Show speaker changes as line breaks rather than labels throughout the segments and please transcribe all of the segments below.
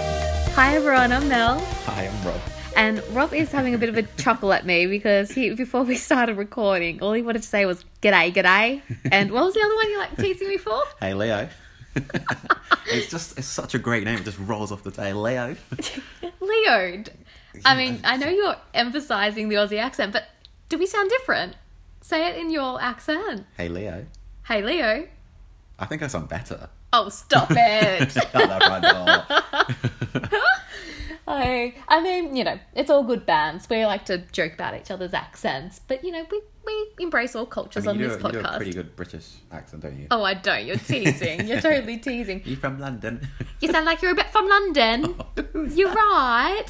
Hi everyone, I'm Mel.
Hi, I'm Rob.
And Rob is having a bit of a chuckle at me because he before we started recording, all he wanted to say was g'day, g'day. And what was the other one you like teasing me for?
Hey, Leo. it's just it's such a great name. It just rolls off the tongue, Leo.
Leo. I mean, I know you're emphasizing the Aussie accent, but do we sound different? Say it in your accent.
hey, Leo.
Hey Leo.
I think I sound better.
Oh stop it.
Oh, that rhymed well.
I, I mean, you know, it's all good bands. We like to joke about each other's accents, but you know, we, we embrace all cultures
You,
on
do,
this
a- you do a
podcast.
pretty good British accent, don't you?
Oh, I don't. You're teasing. You're totally teasing.
You from London?
You sound like you're a bit from London. You're right.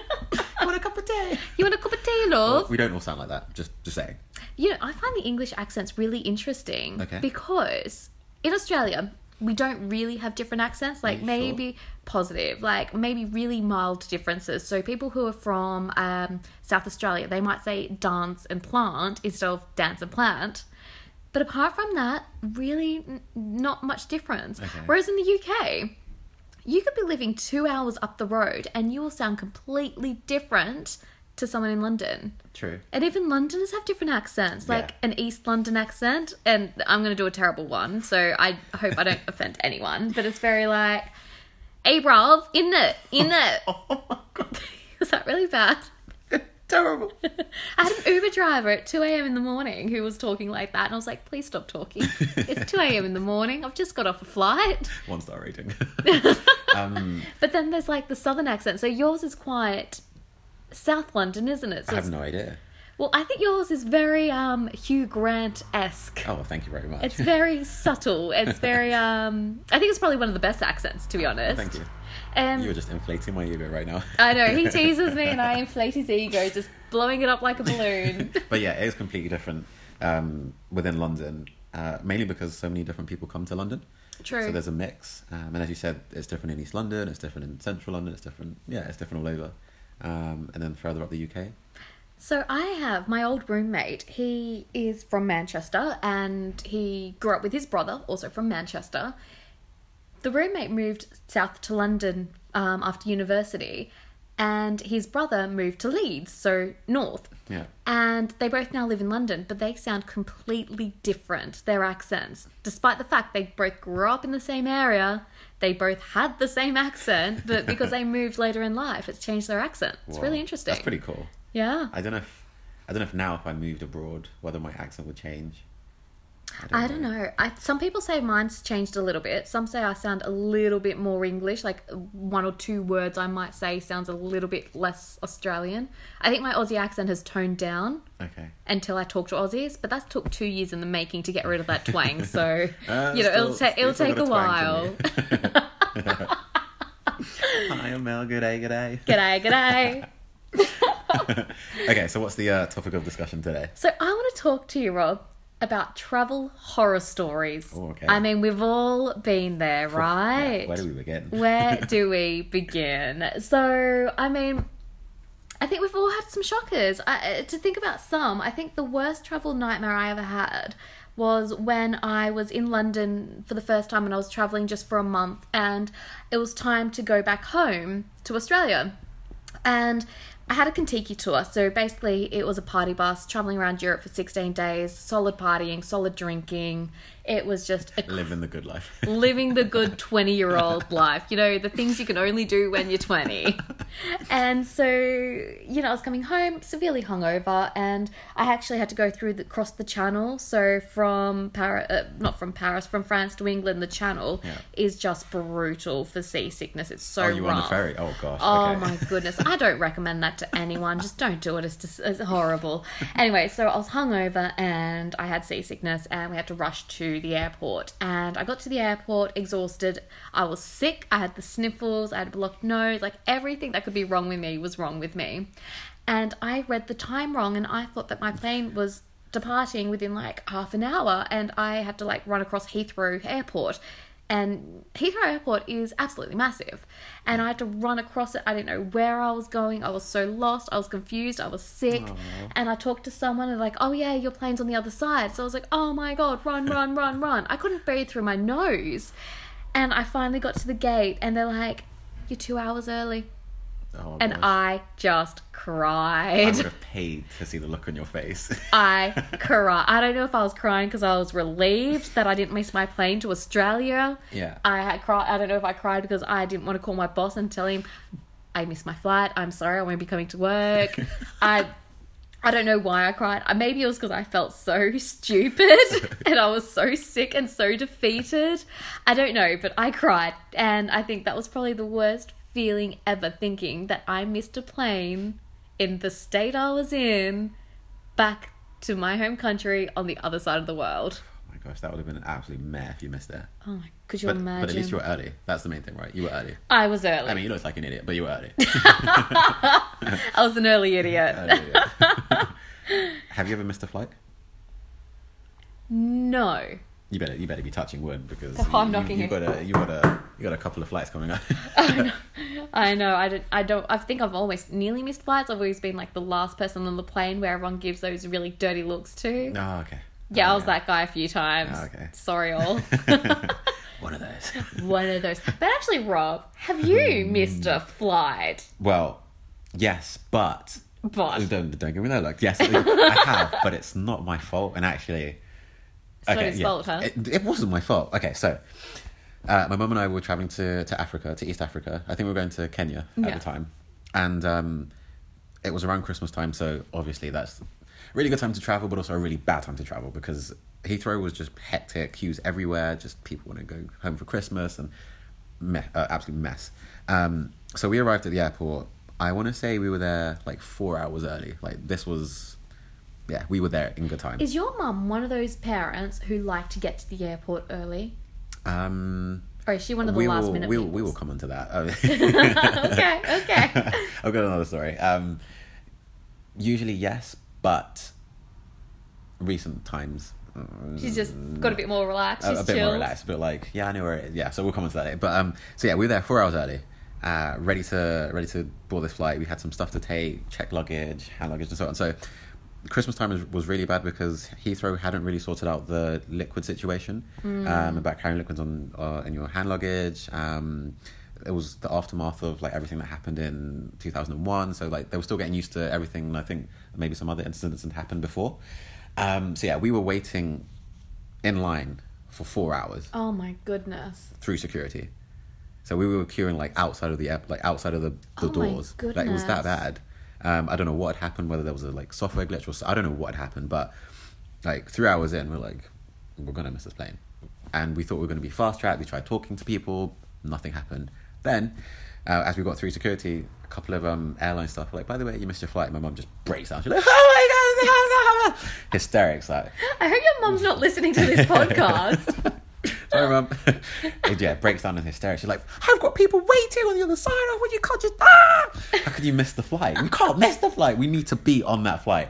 want a cup of tea?
you want a cup of tea, love?
We don't all sound like that. Just just saying.
You know, I find the English accents really interesting
Okay.
because in Australia, we don't really have different accents. Like
you sure?
maybe positive, like maybe really mild differences. So people who are from um, South Australia, they might say dance and plant instead of dance and plant. But apart from that, really n- not much difference.
Okay.
Whereas in the UK, you could be living two hours up the road and you will sound completely different to someone in London.
True.
And even Londoners have different accents, like
Yeah.
an East London accent. And I'm going to do a terrible one, so I hope I don't offend anyone. But it's very like, hey, bruv, in it, in it.
Oh my god.
Is that really bad?
Terrible.
I had an Uber driver at 2 a.m. in the morning who was talking like that, and I was like, please stop talking. It's 2 a.m. in the morning. I've just got off a flight.
One star rating.
But then there's like the Southern accent. So yours is quite South London, isn't it?
I
So
have
it's-
no idea.
well, I think yours is very um, Hugh Grant esque.
Oh, well, thank you very much.
It's very subtle. It's very um I think it's probably one of the best accents to be honest.
Oh, thank you.
Um
You were just inflating my ego right now.
I know, he teases me and I inflate his ego, just blowing it up like a balloon.
but yeah, it is completely different um, within London, uh, mainly because so many different people come to London.
True.
So there's a mix, um, and as you said, it's different in East London, it's different in Central London, it's different. Yeah, it's different all over, um, and then further up the UK.
So I have my old roommate. He is from Manchester and he grew up with his brother, also from Manchester. The roommate moved south to London um, after university, and his brother moved to Leeds, so north.
Yeah.
And they both now live in London, but they sound completely different, their accents. Despite the fact they both grew up in the same area, they both had the same accent, but because they moved later in life, it's changed their accent. It's
Wow.
really interesting.
That's pretty cool.
yeah.
I don't know if I don't know if now if I moved abroad whether my accent would change.
I don't know. I, some people say mine's changed a little bit. Some say I sound a little bit more English. Like one or two words I might say sounds a little bit less Australian. I think my Aussie accent has toned down
Okay.
until I talk to Aussies, but that took two years in the making to get rid of that twang. So
Uh,
you know, it'll,
still-
ta- it'll
still
take
got
a
a
while.
twang to Hi, I'm Mel. Good day. Good day.
g'day, g'day.
Okay, so what's the uh, topic of discussion today?
So I want to talk to you, Rob, about travel horror stories.
Oh, okay.
I mean, we've all been there, right?
Yeah, where do we begin?
Where do we begin? So, I mean, I think we've all had some shockers. I, uh, to think about some, I think the worst travel nightmare I ever had was when I was in London for the first time and I was traveling just for a month and it was time to go back home to Australia and I had a Kentucky tour. So basically, it was a party bus traveling around Europe for 16 days, solid partying, solid drinking. It was just a
Living the good life. Oh,
living the good 20 year old life you know the things you can only do when you're 20 and so you know i was coming home severely hungover and i actually had to go through the cross the channel so from paris uh, not from paris from france to england the channel
Yeah.
is just brutal for seasickness it's so
oh, you were on a
rough.
ferry. Oh gosh.
Oh
okay.
my goodness. I don't recommend that to anyone. Just don't do it. It's just it's horrible. Anyway, so I was hungover and I had seasickness and we had to rush to the airport. And I got to the airport exhausted. I was sick. I had the sniffles. I had a blocked nose. Like everything that could be wrong with me was wrong with me. And I read the time wrong and I thought that my plane was departing within like half an hour and I had to like run across Heathrow Airport. And Heathrow Airport is absolutely massive. And I had to run across it. I didn't know where I was going. I was so lost. I was confused. I was sick. And I talked to someone and, like, oh, yeah, your plane's on the other side. So I was like, oh my God, run, run, run, run. I couldn't breathe through my nose. And I finally got to the gate and they're like, You're two hours early.
Oh,
And
gosh.
I just
I
cried.
would have paid to see the look on your face.
I cry. I don't know if I was crying because I was relieved that I didn't miss my plane to Australia.
yeah.
I had cry. I don't know if I cried because I didn't want to call my boss and tell him I missed my flight. I'm sorry, I won't be coming to work. I I don't know why I cried. Uh, Maybe it was because I felt so stupid and I was so sick and so defeated. I don't know, but I cried, and I think that was probably the worst feeling ever. Thinking that I missed a plane in the state I was in back to my home country on the other side of the world.
oh my gosh, that would have been an absolute mare if you missed that.
Oh my, could you
But,
imagine?
but at least you were early. That's the main thing, right? You were early.
I was early.
I mean, you looked like an idiot, but you were early.
I was an early idiot.
Early, yeah. have you ever missed a flight?
No.
You better, you better be touching wood because
Oh, I'm
you,
knocking
you
it.
got a, you got a, you got a couple of flights coming up.
I know. I don't. I don't. I think I've always nearly missed flights. I've always been like the last person on the plane where everyone gives those really dirty looks to.
oh, okay.
Yeah, I
Oh,
was that guy a few times.
Oh, okay.
Sorry, all.
One of those.
One of those. But actually, Rob, have you
Hmm.
missed a flight?
Well, yes, but
But
Oh, don't don't give me that look. Yes, I have, but it's not my fault. And actually,
It's not his fault, huh?
It, it wasn't my fault. Okay, so uh, my mum and I were traveling to to Africa, to East Africa. I think we were going to Kenya at
Yeah.
the time, and um, it was around Christmas time. So obviously, that's a really good time to travel, but also a really bad time to travel because Heathrow was just hectic, queues everywhere, just people want to go home for Christmas and me- uh, absolute mess. Um, so we arrived at the airport. I want to say we were there like four hours early. Like this was, yeah, we were there in good time.
is your mum one of those parents who like to get to the airport early,
Um,
or is she one of the
we
last
will,
minute?
we will, we will come on to that. Oh,
okay. Okay.
I've got another story. Um, usually yes, but recent times mm,
She's just got a bit more relaxed.
a,
She's
a bit more
chilled.
relaxed. But like, yeah, I know where it is. Yeah, so we'll come on to that later. But um, so yeah, we were there four hours early, uh, ready to ready to board this flight. We had some stuff to take, check luggage, hand luggage, and so on. So. Christmas time was- was really bad because Heathrow hadn't really sorted out the liquid situation um, about carrying liquids on uh, in your hand luggage. Um, it was the aftermath of like everything that happened in 2001 so like they were still getting used to everything and i think maybe some other incidents had happened before um, so yeah we were waiting in line for four hours
Oh my goodness.
through security so we were queuing like outside of the app like outside of the, the
Oh my
doors like it was
goodness.
that bad um, i don't know what had happened whether there was a like software glitch or s- i don't know what had happened but like three hours in we're like we're gonna miss this plane and we thought we were gonna be fast tracked we tried talking to people nothing happened then uh, as we got through security a couple of um, airline staff were like by the way you missed your flight my mum just breaks down she's like oh my god hysterics like
I hope your mum's not listening to this podcast.
Sorry, mum. It, yeah, breaks down in hysteria. She's like, I've got people waiting on the other side. Oh, well, you can't just. Ah! How could you miss the flight? We can't miss the flight. We need to be on that flight.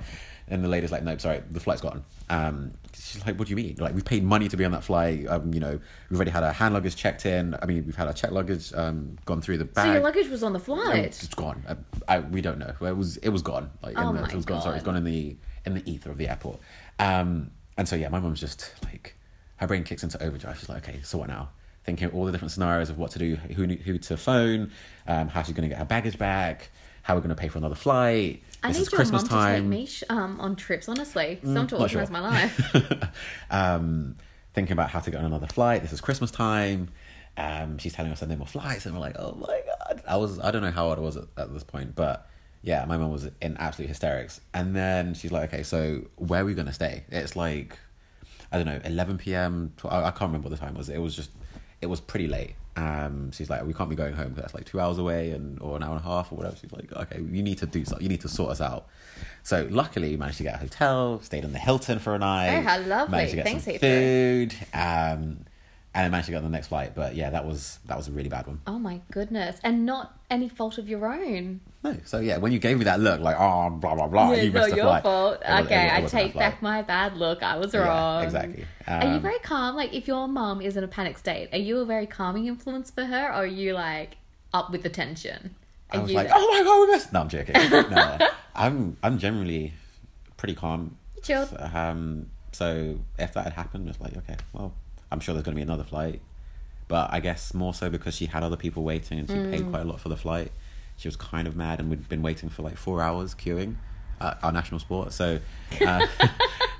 And the lady's like, nope, sorry, the flight's gone. Um, she's like, what do you mean? Like, we paid money to be on that flight. Um, you know, we've already had our hand luggage checked in. I mean, we've had our check luggage um, gone through the bag.
So your luggage was on the
Um,
flight.
It's gone. I, I, we don't know. It was it was gone. Like
Oh
in the,
my
it was gone. Sorry, it's
God.
gone in the in the ether of the airport. Um, and so yeah, my mum's just like her brain kicks into overdrive. She's like, okay, so what now? Thinking of all the different scenarios of what to do, who who to phone, um, how she's going to get her baggage back, how we're going to pay for another flight.
I
this
need
is
your
Christmas
mum to take
time. Mm,
me sh- um, on trips, honestly. Some to
not
organise
sure.
my life.
um, thinking about how to get on another flight. This is Christmas time. Um, she's telling us there are no more flights, and we're like, oh my god! I was I don't know how old I was at, at this point, but yeah, my mum was in absolute hysterics. And then she's like, okay, so where are we gonna stay? It's like I don't know, eleven p.m. tw- I, I can't remember what the time was. It was just it was pretty late. Um, she's like, we can't be going home 'cause that's like two hours away and or an hour and a half or whatever. She's like, okay, you need to do something. You need to sort us out. So luckily, we managed to get a hotel, stayed in the Hilton for a night.
Oh, how lovely.
Managed to get
Thanks,
some
Heathrow.
food. Um, and I managed to get on the next flight. But yeah, that was that was a really bad one.
oh my goodness. And not any fault of your own.
No, so yeah, when you gave me that look, like oh blah blah blah,
Yeah,
you
it's
missed
not
the
your
flight.
fault.
It was- it
okay,
was- it
I
wasn't a
take
flight.
back my bad look. I was
Yeah,
wrong.
exactly.
are you
Um,
very calm? Like, if your mum is in a panic state, are you a very calming influence for her, or are you like up with the tension? Are
I was
you
like,
that-
oh my god, we missed. No, I'm joking. no, I'm I'm generally pretty calm.
Chilled.
Um, so if that had happened, it's like okay, well, I'm sure there's going to be another flight. But I guess more so because she had other people waiting and she
Hmm.
paid quite a lot for the flight. She was kind of mad, and we'd been waiting for like four hours queuing at our national sport. So uh,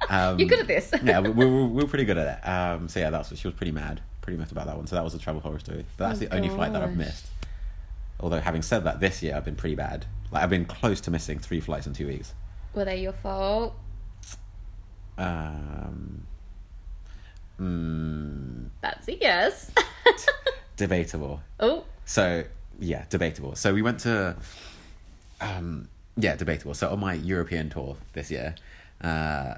um,
You're good at this.
yeah, we, we, we were pretty good at it. Um, so yeah, that's what she was pretty mad, pretty miffed about that one. So that was a travel horror story. But that's
Oh,
the only flight that I've
gosh.
missed. Although having said that, this year I've been pretty bad. Like I've been close to missing three flights in two weeks.
Were they your fault?
Um, mm,
That's a yes.
debatable.
oh,
So yeah, debatable. So we went to, um, yeah, debatable. So on my European tour this year, uh,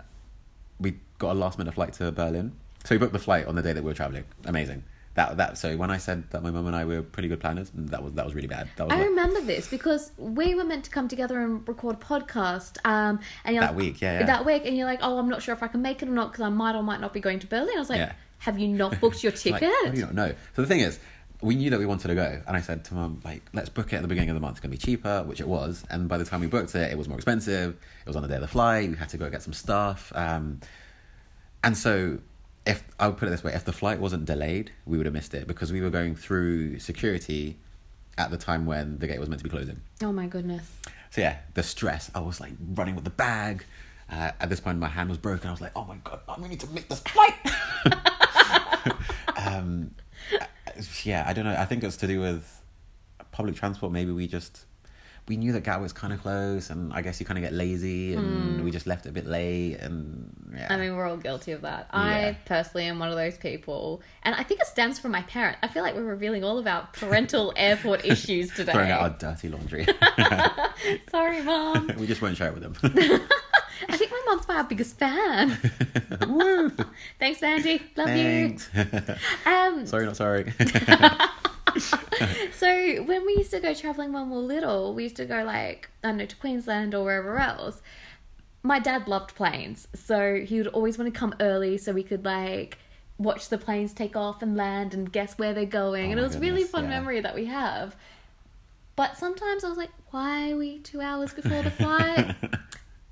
we got a last minute flight to Berlin. So we booked the flight on the day that we were traveling. Amazing. That that. So when I said that my mum and I were pretty good planners, mm, that was that was really bad. That was
I
like,
remember this because we were meant to come together and record a podcast. Um, and you're
That
like,
week, yeah, yeah.
that week, and you're like, oh, I'm not sure if I can make it or not because I might or might not be going to Berlin. I was like,
Yeah.
have you not booked your ticket?
Like, how do you not know? So the thing is, we knew that we wanted to go, and I said to mum, like, let's book it at the beginning of the month. It's gonna be cheaper, which it was. And by the time we booked it, it was more expensive. It was on the day of the flight. We had to go get some stuff. Um, and so, if I would put it this way, if the flight wasn't delayed, we would have missed it because we were going through security at the time when the gate was meant to be closing.
Oh my goodness.
So yeah, the stress. I was like running with the bag. Uh, at this point, my hand was broken. I was like, "Oh my god, I need to make this flight." um, uh, yeah, I don't know. I think it's to do with public transport. Maybe we just we knew that Gatwick's kind of close, and I guess you kind of get lazy, and we just left it a bit late, and yeah.
Hmm. I mean, we're all guilty of that.
Yeah.
I personally am one of those people, and I think it stems from my parents. I feel like we're revealing all of our parental airport issues today.
Throwing out our dirty laundry.
Sorry, mom.
we just won't share it with them.
I think my mom's my biggest fan.
Woo!
Thanks, Mandy. Love
Thanks.
you. Um,
sorry, not sorry.
So when we used to go traveling when we were little, we used to go like I don't know to Queensland or wherever else. My dad loved planes, so he would always want to come early so we could like watch the planes take off and land and guess where they're going. and it
Oh my
was really
goodness,
fun
yeah.
memory that we have. But sometimes I was like, why are we two hours before the flight?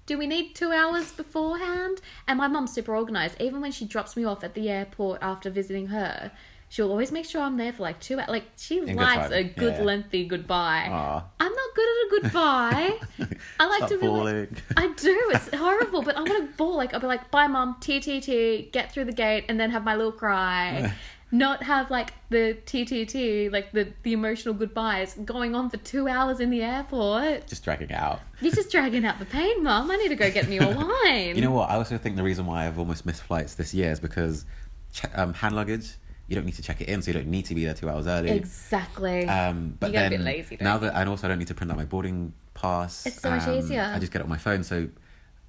do we need two hours beforehand? And my mum's super organized. Even when she drops me off at the airport after visiting her, she'll always make sure I'm there for like two hours. Like she
good
likes
time.
a good
Yeah.
lengthy goodbye.
Aw.
I'm not good at a goodbye. I like
Stop
to be like,
falling.
I do. It's horrible, but I want to bawl. Like I'll be like, bye, mum. TTT. Get through the gate, and then have my little cry. Not have like the TTT, like the the emotional goodbyes going on for two hours in the airport.
just dragging it out.
You're just dragging out the pain, Mum. I need to go get me a wine.
You know what? I also think the reason why I've almost missed flights this year is because che- um, hand luggage, you don't need to check it in, so you don't need to be there two hours early.
exactly.
Um, but
You get a
then
bit lazy, don't
now
you?
that and also I don't need to print out my boarding pass.
It's so much
um,
easier.
I just get it on my phone, so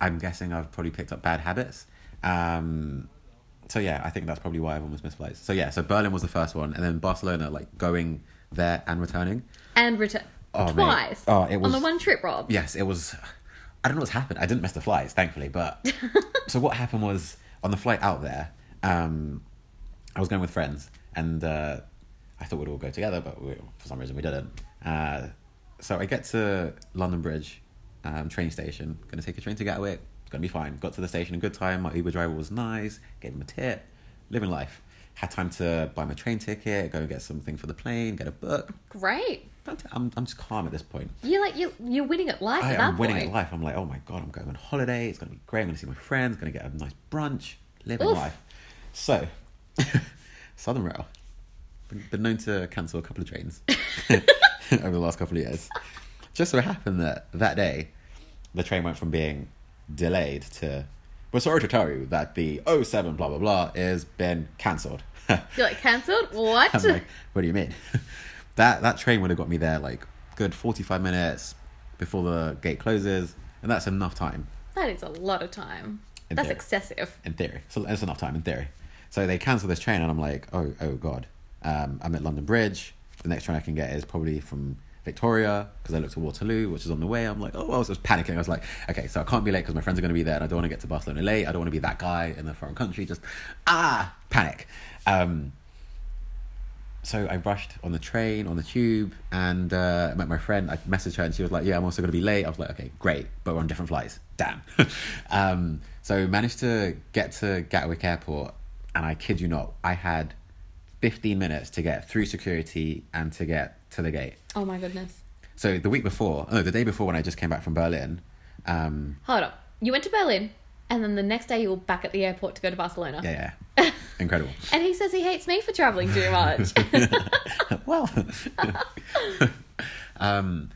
I'm guessing I've probably picked up bad habits. Um, so yeah, I think that's probably why I've almost missed flights. So yeah, so Berlin was the first one, and then Barcelona, like going there and returning.
and return
Oh, mate.
twice.
Oh, it was-
on the one trip, Rob.
yes, it was. I don't know what's happened. I didn't miss the flights, thankfully. But so what happened was on the flight out there, um, I was going with friends, and uh, I thought we'd all go together, but we, for some reason we didn't. Uh, so I get to London Bridge um, train station. Going to take a train to Gatwick. It's going to be fine. Got to the station in good time. My Uber driver was nice. Gave him a tip. Living life. Had time to buy my train ticket. Go and get something for the plane. Get a book.
Great.
I'm I'm just calm at this point.
You're like you you're winning at life
I
at that
am winning
point.
at life. I'm like, oh my god, I'm going on holiday. It's gonna be great. I'm gonna see my friends. Gonna get a nice brunch. Living
Oof.
life. So, Southern Rail, been, been known to cancel a couple of trains over the last couple of years. Just so happened that that day, the train went from being delayed to. We're sorry to tell you that the 07 blah blah blah is been cancelled.
You're like cancelled. What?
I'm like, what do you mean? that that train would have got me there like good forty five minutes before the gate closes, and that's enough time
that is a lot of time.
In
That's
theory.
excessive.
in theory. So that's enough time in theory. So they cancel this train, and I'm like, oh oh god, um, I'm at London Bridge. The next train I can get is probably from Victoria because I looked at Waterloo, which is on the way. I'm like, oh, I was just panicking. I was like, okay, so I can't be late because my friends are going to be there, and I don't want to get to Barcelona late. I don't want to be that guy in a foreign country. Just ah, panic. Um, so I rushed on the train, on the tube, and uh, I met my friend. I messaged her, and she was like, "Yeah, I'm also going to be late." I was like, "Okay, great, but we're on different flights. Damn." um, so managed to get to Gatwick Airport, and I kid you not, I had 15 minutes to get through security and to get to the gate.
Oh my goodness.
So the week before, no, the day before when I just came back from Berlin, um,
Hold up. You went to Berlin, and then the next day you were back at the airport to go to Barcelona.
yeah, yeah, incredible.
And he says he hates me for traveling too much.
well, um,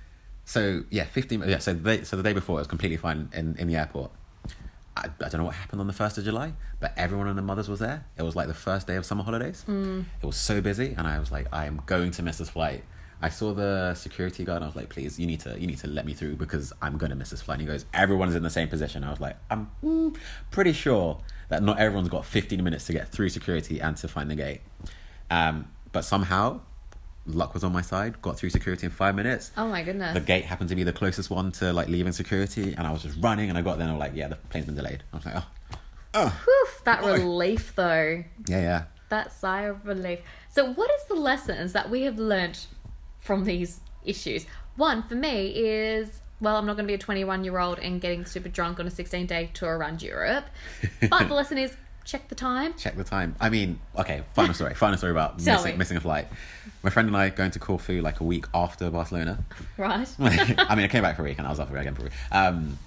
so yeah, fifteen. Yeah, so the, day- so the day before it was completely fine in, in the airport. I, I don't know what happened on the first of July, but everyone and their mothers was there. It was like the first day of summer holidays. It was so busy, and I was like, I am going to miss this flight. I saw the security guard, and I was like, please, you need to, you need to let me through because I'm going to miss this flight. And he goes, everyone's in the same position. I was like, I'm mm, pretty sure that not everyone's got 15 minutes to get through security and to find the gate. Um, but somehow, luck was on my side. Got through security in five minutes.
oh my
The
goodness.
gate happened to be the closest one to like leaving security, and I was just running, and I got there, and I was like, "Yeah, the plane's been delayed." I was like, "Oh,
Whew, that relief, though.
yeah, yeah."
That sigh of relief. So, what is the lessons that we have learnt from these issues? One for me is well, I'm not going to be a 21 year old and getting super drunk on a 16 day tour around Europe. But the lesson is check the time.
Check the time. I mean, okay, final story. final story about
Tell
missing,
me.
missing a flight. My friend and I going to Corfu like a week after Barcelona.
Right.
I mean, I came back for a week and I was off again for a week. Um,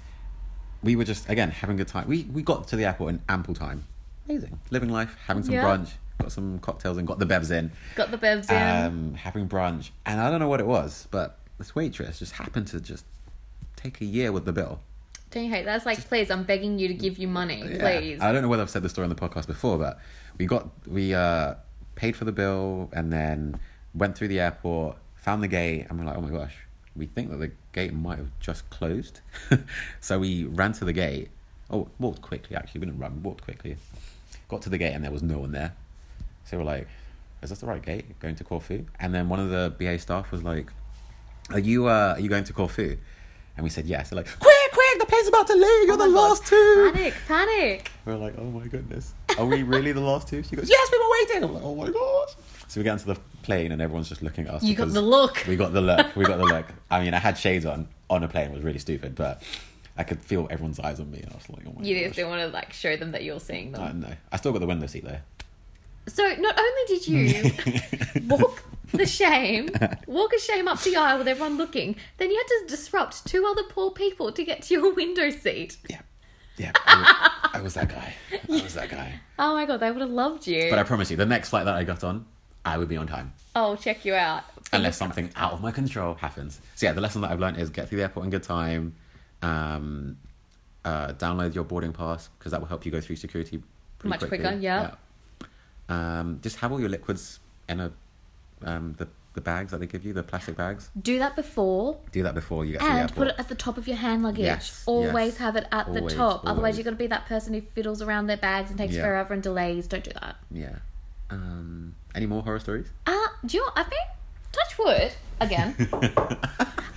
we were just again having a good time. We we got to the airport in ample time. Amazing, living life, having some
Yeah.
brunch, got some cocktails, and got the bevs in.
Got the bevs in.
um, having brunch, and I don't know what it was, but this waitress just happened to just take a year with the bill.
Don't you hate that? It's like, please, I'm begging you to give you money.
Yeah.
Please.
I don't know whether I've said this story on the podcast before, but we got we uh, paid for the bill and then went through the airport, found the gate, and we're like, oh my gosh, we think that the gate might have just closed, so we ran to the gate. Oh, walked quickly actually. We didn't run. Walked quickly. Got to the gate and there was no one there. So we're like, is this the right gate going to Corfu? And then one of the BA staff was like, are you uh, are you going to Corfu? And we said yes. They're like, quick, quick, the plane's about to leave. You're
Oh
the
my God.
last two.
Panic, panic.
We are like, oh my goodness. Are we really the last two? She goes, yes, we were waiting. I'm like, oh my gosh. So we get onto the plane and everyone's just looking at us.
You got
because
the look.
We got the look. We got the look. I mean, I had shades on on a plane. It was really stupid, but I could feel everyone's eyes on me. And I was like, oh my
You
gosh.
just didn't want to like show them that you're seeing them.
I know. I still got the window seat though.
So not only did you walk the shame, walk a shame up the aisle with everyone looking, then you had to disrupt two other poor people to get to your window seat.
Yeah. Yeah. I was, I was that guy. I was that guy.
Oh my god, they would have loved you.
But I promise you, the next flight that I got on, I would be on time.
I'll check you out.
unless something out of my control happens. So yeah, the lesson that I've learned is get through the airport in good time. Um, uh, download your boarding pass because that will help you go through security pretty
Much
quickly.
quicker, yeah.
Yeah. Um, just have all your liquids in a um, the the bags that they give you, the plastic bags.
Do that before
Do that before you get to the
and
airport.
put it at the top of your hand luggage.
Yes,
always
yes.
have it at
Always,
the top. Otherwise,
always.
you're going to be that person who fiddles around their bags and takes
Yeah.
forever and delays. Don't do that.
yeah. Um, any more horror stories?
Uh, do you know, what? I've been, touch wood, again.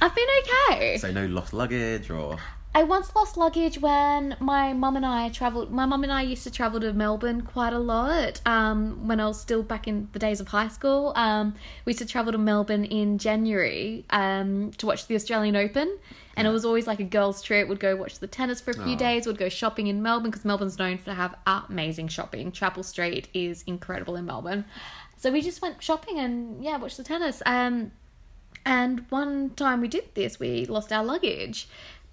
I've been okay.
So no lost luggage or oh,
I once lost luggage when my mum and I traveled. My mum and I used to travel to Melbourne quite a lot um, when I was still back in the days of high school. Um, we used to travel to Melbourne in January um, to watch the Australian Open, and it was always like a girls' trip. We'd go watch the tennis for a few
Aw.
days. We'd go shopping in Melbourne because Melbourne's known for have amazing shopping. Chapel Street is incredible in Melbourne, so we just went shopping and yeah, watched the tennis. Um, and one time we did this, we lost our luggage.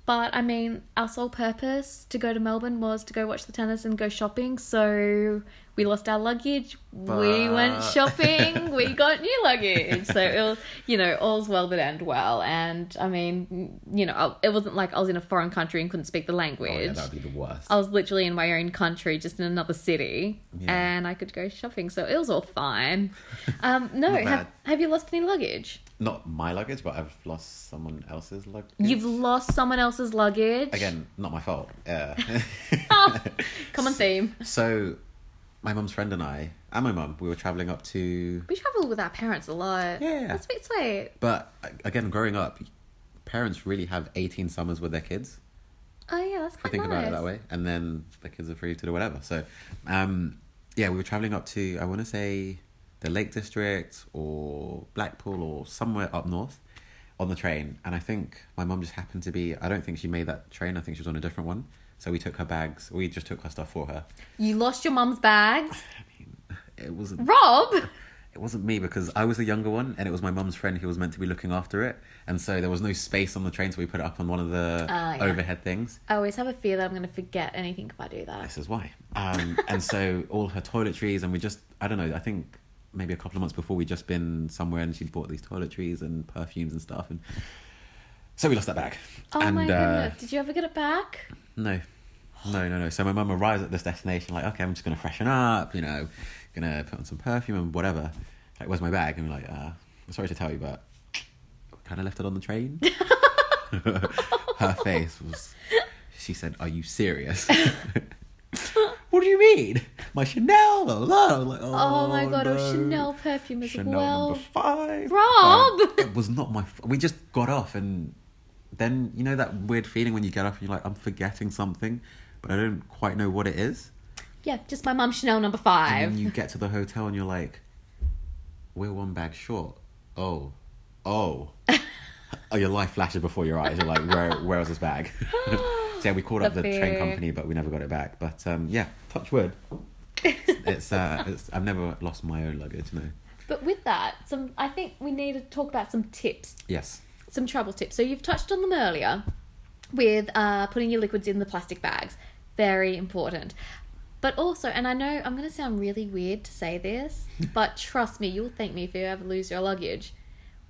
But I mean, our sole purpose to go to Melbourne was to go watch the tennis and go shopping. So we lost our luggage. We went
But-
shopping. we got new luggage. So it was, you know, all's well that end well. And I mean, you know, I- it wasn't like I was in a foreign country and couldn't speak the language.
oh, yeah, that would be the worst.
I was literally in my own country, just in another city,
Yeah.
and I could go shopping. So it was all fine. Um, no,
Not
have,
bad.
have you lost any luggage?
Not my luggage, but I've lost someone else's luggage.
You've lost someone else's luggage.
Again, not my fault. Uh,
Oh, Common theme.
So, my mum's friend and I, and my mum, we were traveling up to.
We travel with our parents a lot.
Yeah.
That's a bit sweet.
But again, growing up, parents really have 18 summers with their kids,
Oh, yeah, that's
if you
quite
think
nice.
about it that way. And then the kids are free to do whatever. So, um, yeah, we were traveling up to, I want to say, the Lake District or Blackpool or somewhere up north on the train. And I think my mum just happened to be, I don't think she made that train, I think she was on a different one. So, we took her bags, we just took her stuff for her.
You lost your mum's bags.
It was
Rob,
it wasn't me because I was the younger one, and it was my mum's friend who was meant to be looking after it, and so there was no space on the train, so we put it up on one of the
Ah, yeah.
overhead things.
I always have a fear that I'm going to forget anything if I do that.
This is why. Um, and so all her toiletries, and we just, I don't know, I think maybe a couple of months before we'd just been somewhere, and she'd bought these toiletries and perfumes and stuff, and so we lost that bag.
Oh
and,
my
uh,
goodness! Did you ever get it back?
No, no, no, no. So my mum arrives at this destination, like, okay, I'm just gonna freshen up, you know, gonna put on some perfume and whatever. Like, where's my bag? And we're like, uh, I'm sorry to tell you, but we kind of left it on the train. Her face was. She said, "Are you serious?" what do you mean? My Chanel, blah, blah, blah. I'm like, oh,
Oh, my god!
no.
Oh, Chanel perfume as
Chanel
well.
number five.
Rob!
Um, it was not my. F- we just got off, and then you know that weird feeling when you get off and you're like, I'm forgetting something, but I don't quite know what it is.
Yeah, just my mum Chanel number
And
five.
then you get to the hotel and you're like, we're one bag short. Oh, oh. Oh, your life flashes before your eyes. You're like, where, where is this bag? so yeah, we called up
The
the train
fear.
company, but we never got it back. But um, yeah, touch wood. It's, uh, it's I've never lost my own luggage. No.
But with that, some I think we need to talk about some tips,
Yes.
some travel tips. So you've touched on them earlier with uh, putting your liquids in the plastic bags. Very important. But also, and I know I'm going to sound really weird to say this, but trust me, you'll thank me if you ever lose your luggage.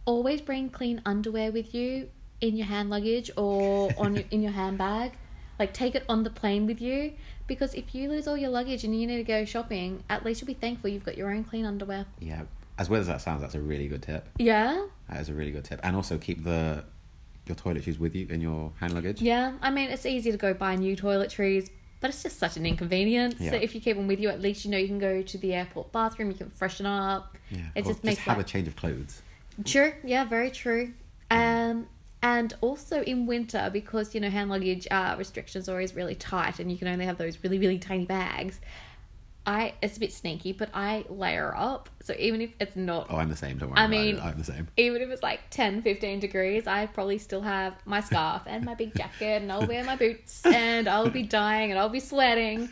Always bring clean underwear with you in your hand luggage or on your, in your handbag. Like take it on the plane with you because if you lose all your luggage and you need to go shopping, at least you'll be thankful you've got your own clean underwear.
Yeah. As weird as that sounds, that's a really good tip.
Yeah.
That is a really good tip. And also keep the your toiletries with you in your hand luggage.
Yeah, I mean, it's easy to go buy new toiletries, but it's just such an inconvenience.
Yeah.
So if you keep them with you, at least you know you can go to the airport bathroom, you can freshen up.
Yeah.
It
Or
just makes
have
life-
a change of clothes.
True, yeah, very true. Um, and also in winter, because, you know, hand luggage uh, restrictions are always really tight and you can only have those really, really tiny bags. I It's a bit sneaky, but I layer up. So even if it's not
Oh, I'm the same. Don't worry.
I
about it.
mean-
I'm the same.
even if it's like 10 15 degrees i probably still have my scarf and my big jacket and i'll wear my boots and i'll be dying and i'll be sweating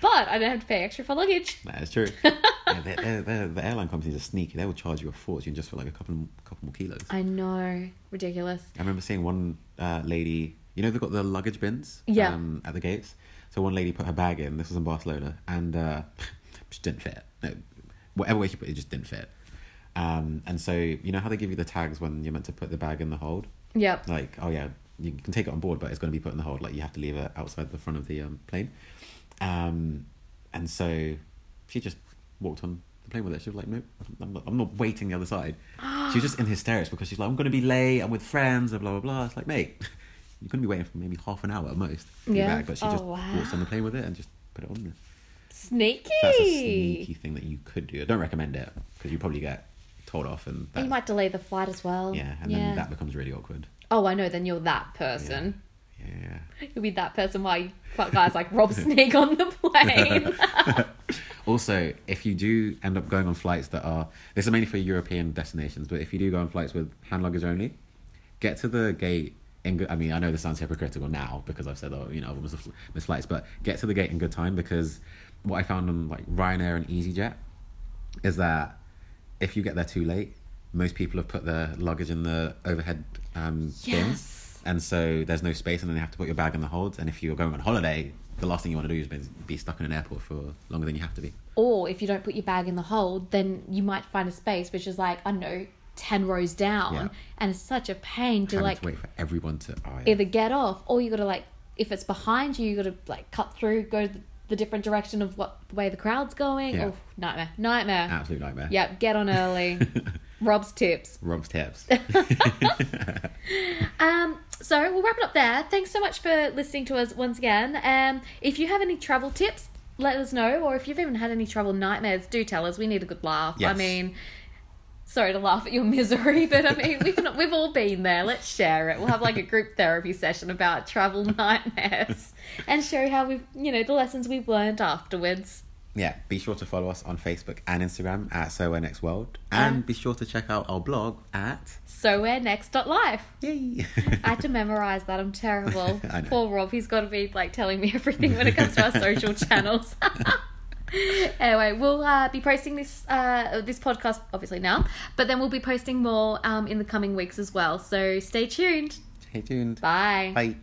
but i don't have to pay extra for luggage
that is true. yeah, they're, they're, they're, the airline companies are sneaky. They will charge you a fortune just for like a couple couple more kilos. I,
i know ridiculous
remember seeing one uh, lady. You know they've got the luggage bins.
Yeah.
Um, at the gates. So one lady put her bag in. This was in Barcelona, and uh, just didn't fit. No, whatever way she put it, it just didn't fit. Um, and so you know how they give you the tags when you're meant to put the bag in the hold.
yep
like oh yeah you can take it on board but it's going to be put in the hold like you have to leave it outside the front of the um, plane um, and so she just walked on the plane with it she was like nope I'm not, I'm not waiting the other side she was just in hysterics because she's like I'm going to be late I'm with friends and blah blah blah it's like mate you're going to be waiting for maybe half an hour at most for your
Yeah.
bag but she
Oh,
just
wow.
walked on the plane with it and just put it on there
sneaky,
that's a sneaky thing that you could do I don't recommend it because you probably get told off and
And
that,
you might delay the flight as well
yeah and then that becomes really awkward
oh i know then you're that person
yeah
you'll be that person while you fuck guys like rob sneak on the plane
Also, if you do end up going on flights that are this is mainly for European destinations, but if you do go on flights with hand luggage only, get to the gate in good. I mean, I know this sounds hypocritical now because I've said oh, you know I've missed, missed flights, but get to the gate in good time because what I found on like Ryanair and EasyJet is that if you get there too late, most people have put their luggage in the overhead um,
Yes.
bins, and so there's no space, and then you have to put your bag in the holds. And if you're going on holiday, the last thing you want to do is be- be stuck in an airport for longer than you have to be.
or if you don't put your bag in the hold, then you might find a space which is like I don't know ten rows down,
Yeah.
and it's such a pain to
Having
like
to wait for everyone to. Oh, yeah.
either get off or you got to like if it's behind you, you got to like cut through, go th- the different direction of what the way the crowd's going.
Yeah. Ah.
Oh, nightmare, nightmare.
Absolute nightmare.
Yep, get on early. Rob's tips.
Rob's tips.
Um, so we'll wrap it up there. Thanks so much for listening to us once again. Um, if you have any travel tips, let us know. Or if you've even had any travel nightmares, do tell us. We need a good laugh. I
Yes.
mean, sorry to laugh at your misery, but I mean, we've, not, we've all been there. Let's share it. We'll have like a group therapy session about travel nightmares and show how we've, you know, the lessons we've learned afterwards.
yeah, be sure to follow us on Facebook and Instagram at So Where Next World. And be sure to check out our blog at.
So we're next dot life.
Yay!
I had to memorize that. I'm terrible.
I know.
Poor Rob. He's got to be like telling me everything when it comes to our social channels. anyway, we'll uh, be posting this uh, this podcast obviously now, but then we'll be posting more um, in the coming weeks as well. So stay tuned.
Stay tuned.
Bye.
Bye.